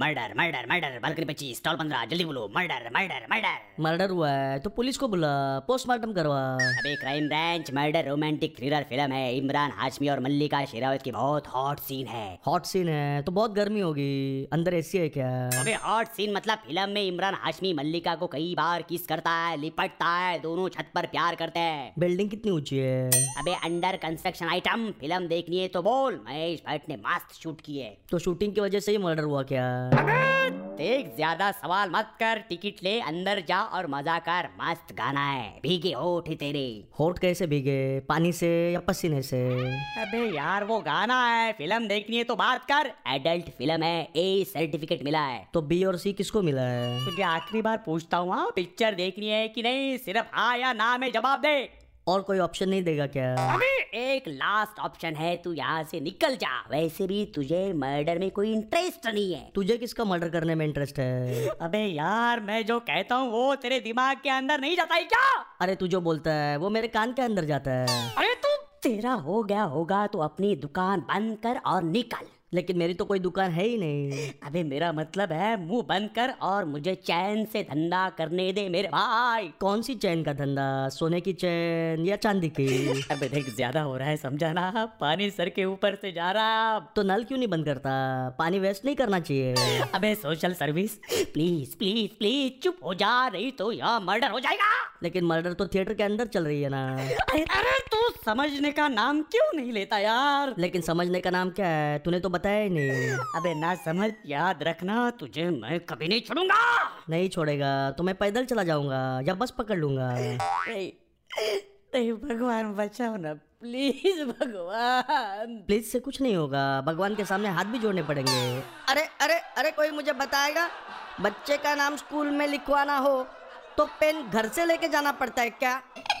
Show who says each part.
Speaker 1: murder murder murder balcony पच्चीस stall पंद्रह जल्दी बोलो मर्डर मर्डर मर्डर
Speaker 2: मर्डर हुआ है तो पुलिस को बुला पोस्टमार्टम करवा
Speaker 1: अबे crime branch murder romantic thriller film है इमरान हाशमी और मल्लिका शेरावत की बहुत हॉट सीन है
Speaker 2: हॉट सीन है तो बहुत गर्मी होगी अंदर एसी है क्या
Speaker 1: अबे हॉट सीन मतलब फिल्म में इमरान हाशमी मल्लिका को कई बार किस करता है लिपटता है दोनों छत पर प्यार करते हैं
Speaker 2: बिल्डिंग कितनी ऊंची है
Speaker 1: अबे अंडर कंस्ट्रक्शन आइटम फिल्म देखनी है तो बोल महेश भट्ट ने मस्त शूट की है
Speaker 2: तो शूटिंग की वजह से ही मर्डर हुआ क्या
Speaker 1: देख ज्यादा सवाल मत कर टिकट ले अंदर जा और मजा कर मस्त गाना है भीगे होठ तेरे
Speaker 2: होट कैसे भीगे पानी से या पसीने से
Speaker 1: अबे यार वो गाना है फिल्म देखनी है तो बात कर एडल्ट फिल्म है ए सर्टिफिकेट मिला है
Speaker 2: तो बी और सी किसको मिला है
Speaker 1: तुझे आखिरी बार पूछता हूँ हाँ, पिक्चर देखनी है कि नहीं सिर्फ हाँ या ना में जवाब दे
Speaker 2: और कोई ऑप्शन नहीं देगा क्या
Speaker 1: अबे एक लास्ट ऑप्शन है तू यहाँ से निकल जा वैसे भी तुझे मर्डर में कोई इंटरेस्ट नहीं है
Speaker 2: तुझे किसका मर्डर करने में इंटरेस्ट है
Speaker 1: अबे यार मैं जो कहता हूँ वो तेरे दिमाग के अंदर नहीं जाता है क्या
Speaker 2: अरे तू जो बोलता है वो मेरे कान के अंदर जाता है
Speaker 1: अरे तू तेरा हो गया होगा तो अपनी दुकान बंद कर और निकल
Speaker 2: लेकिन मेरी तो कोई दुकान है ही नहीं
Speaker 1: अबे मेरा मतलब है मुंह बंद कर और मुझे चैन से धंधा करने दे मेरे भाई
Speaker 2: कौन सी चैन का धंधा सोने की चैन या चांदी की
Speaker 1: अबे देख ज्यादा हो रहा है समझा ना पानी सर के ऊपर से जा रहा अब
Speaker 2: तो नल क्यों नहीं बंद करता पानी वेस्ट नहीं करना चाहिए
Speaker 1: अबे social service please please please चुप हो जा रही तो यहाँ मर्डर हो जाएगा
Speaker 2: लेकिन मर्डर तो थिएटर के अंदर चल रही है ना
Speaker 1: अरे अरे तू समझने का नाम क्यों नहीं लेता यार
Speaker 2: लेकिन समझने का नाम क्या है तूने तो बताया ही नहीं
Speaker 1: अबे ना समझ याद रखना तुझे मैं कभी नहीं छोड़ूंगा
Speaker 2: नहीं छोड़ेगा तो मैं पैदल चला जाऊंगा या बस पकड़ लूंगा
Speaker 1: अरे अरे भगवान बचाओ ना प्लीज भगवान
Speaker 2: प्लीज से कुछ नहीं होगा भगवान के सामने हाथ भी जोड़ने पड़ेंगे अरे अरे अरे कोई मुझे बताएगा बच्चे का नाम स्कूल में लिखवाना हो तो पेन घर से लेके जाना पड़ता है क्या